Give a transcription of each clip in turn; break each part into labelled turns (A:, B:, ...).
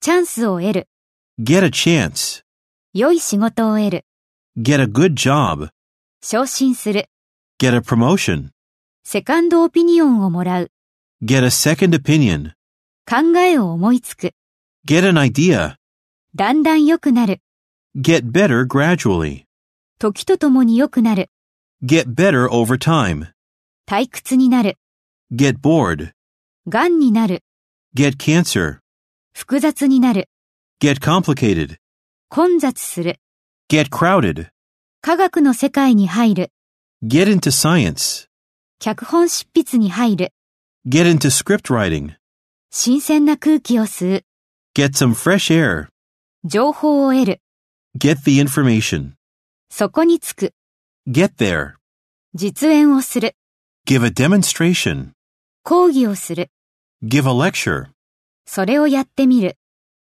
A: チャンスを得る、
B: Get a chance.
A: 良い仕事を得る、
B: Get a good job.
A: 昇進する、
B: Get a promotion.
A: セカンドオピニオンをもらう、
B: Get a second opinion.
A: 考えを思いつく、
B: Get an idea.
A: だんだん良くなる、
B: Get better gradually.
A: 時とともに良くなる、
B: Get better over time.
A: 退屈になる、
B: Get bored.
A: 癌になる、
B: Get cancer.
A: 複雑になる、
B: Get complicated.
A: 混雑する、
B: Get crowded.
A: 科学の世界に入る、
B: Get into science.
A: 脚本執筆に入る、
B: Get into script writing.
A: 新鮮な空気を吸う、
B: Get some fresh air.
A: 情報を得る、
B: Get the information.
A: そこにつく、
B: Get there.
A: 実演をする、
B: Give a demonstration.
A: 講義をする、
B: Give a lecture.
A: それをやってみる、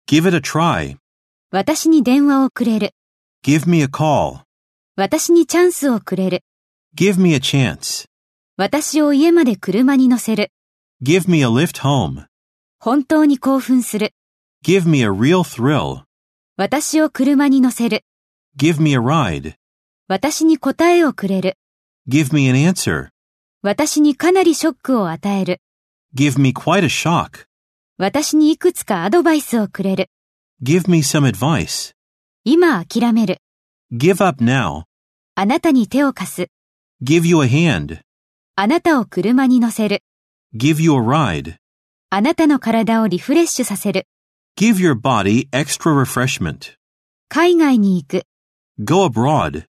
B: Give it a try.
A: 私に電話をくれる、
B: Give me a call.
A: 私にチャンスをくれる、
B: Give me a chance.
A: 私を家まで車に乗せる、
B: Give me a lift home.
A: 本当に興奮する、
B: Give me a real thrill.
A: 私を車に乗せる、
B: Give me a ride.
A: 私に答えをくれる、
B: Give me an answer.
A: 私にかなりショックを与える、
B: Give me quite a shock.
A: 私にいくつかアドバイスをくれる、
B: Give me some advice.
A: 今諦める、
B: Give up now.
A: あなたに手を貸す、
B: Give you a hand.
A: あなたを車に乗せる、
B: Give you a ride.
A: あなたの体をリフレッシュさせる、
B: Give your body extra refreshment.
A: 海外に行く、
B: Go abroad.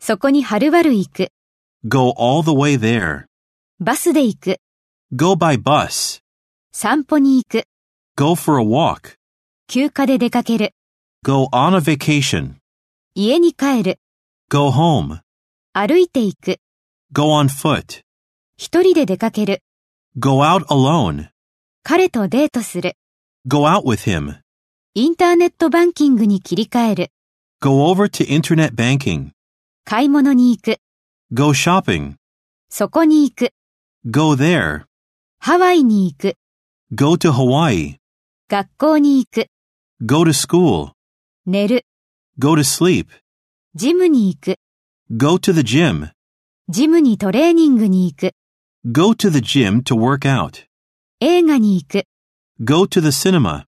A: そこにはるばる行く、
B: Go all the way there.
A: バスで行く、
B: Go by bus.
A: 散歩に行く、
B: Go for a walk.
A: 休暇で出かける、
B: Go on a vacation.
A: 家に帰る、
B: Go home.
A: 歩いて行く、
B: Go on foot.
A: 一人で出かける、
B: Go out alone.
A: 彼とデートする、
B: Go out with him.
A: インターネットバンキングに切り替える、
B: Go over to internet banking.
A: 買い物に行く、
B: Go shopping.
A: そこに行く、
B: Go there.
A: ハワイに行く、
B: Go to Hawaii.
A: 学校に行く、
B: Go to school.
A: 寝る、
B: Go to sleep.
A: ジムに行く、
B: Go to the gym.
A: ジムにトレーニングに行く、
B: Go to the gym to work out.
A: 映画に行く、
B: Go to the cinema.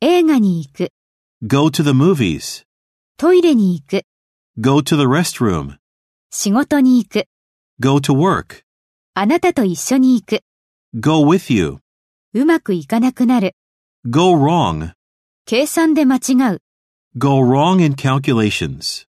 A: 映画に行く、
B: Go to the movies.
A: トイレに行く、
B: Go to the restroom.
A: 仕事に行く、
B: Go to work.
A: あなたと一緒に行く、
B: Go with you.
A: うまくいかなくなる、
B: Go wrong.
A: 計算で間違う。
B: Go wrong in calculations.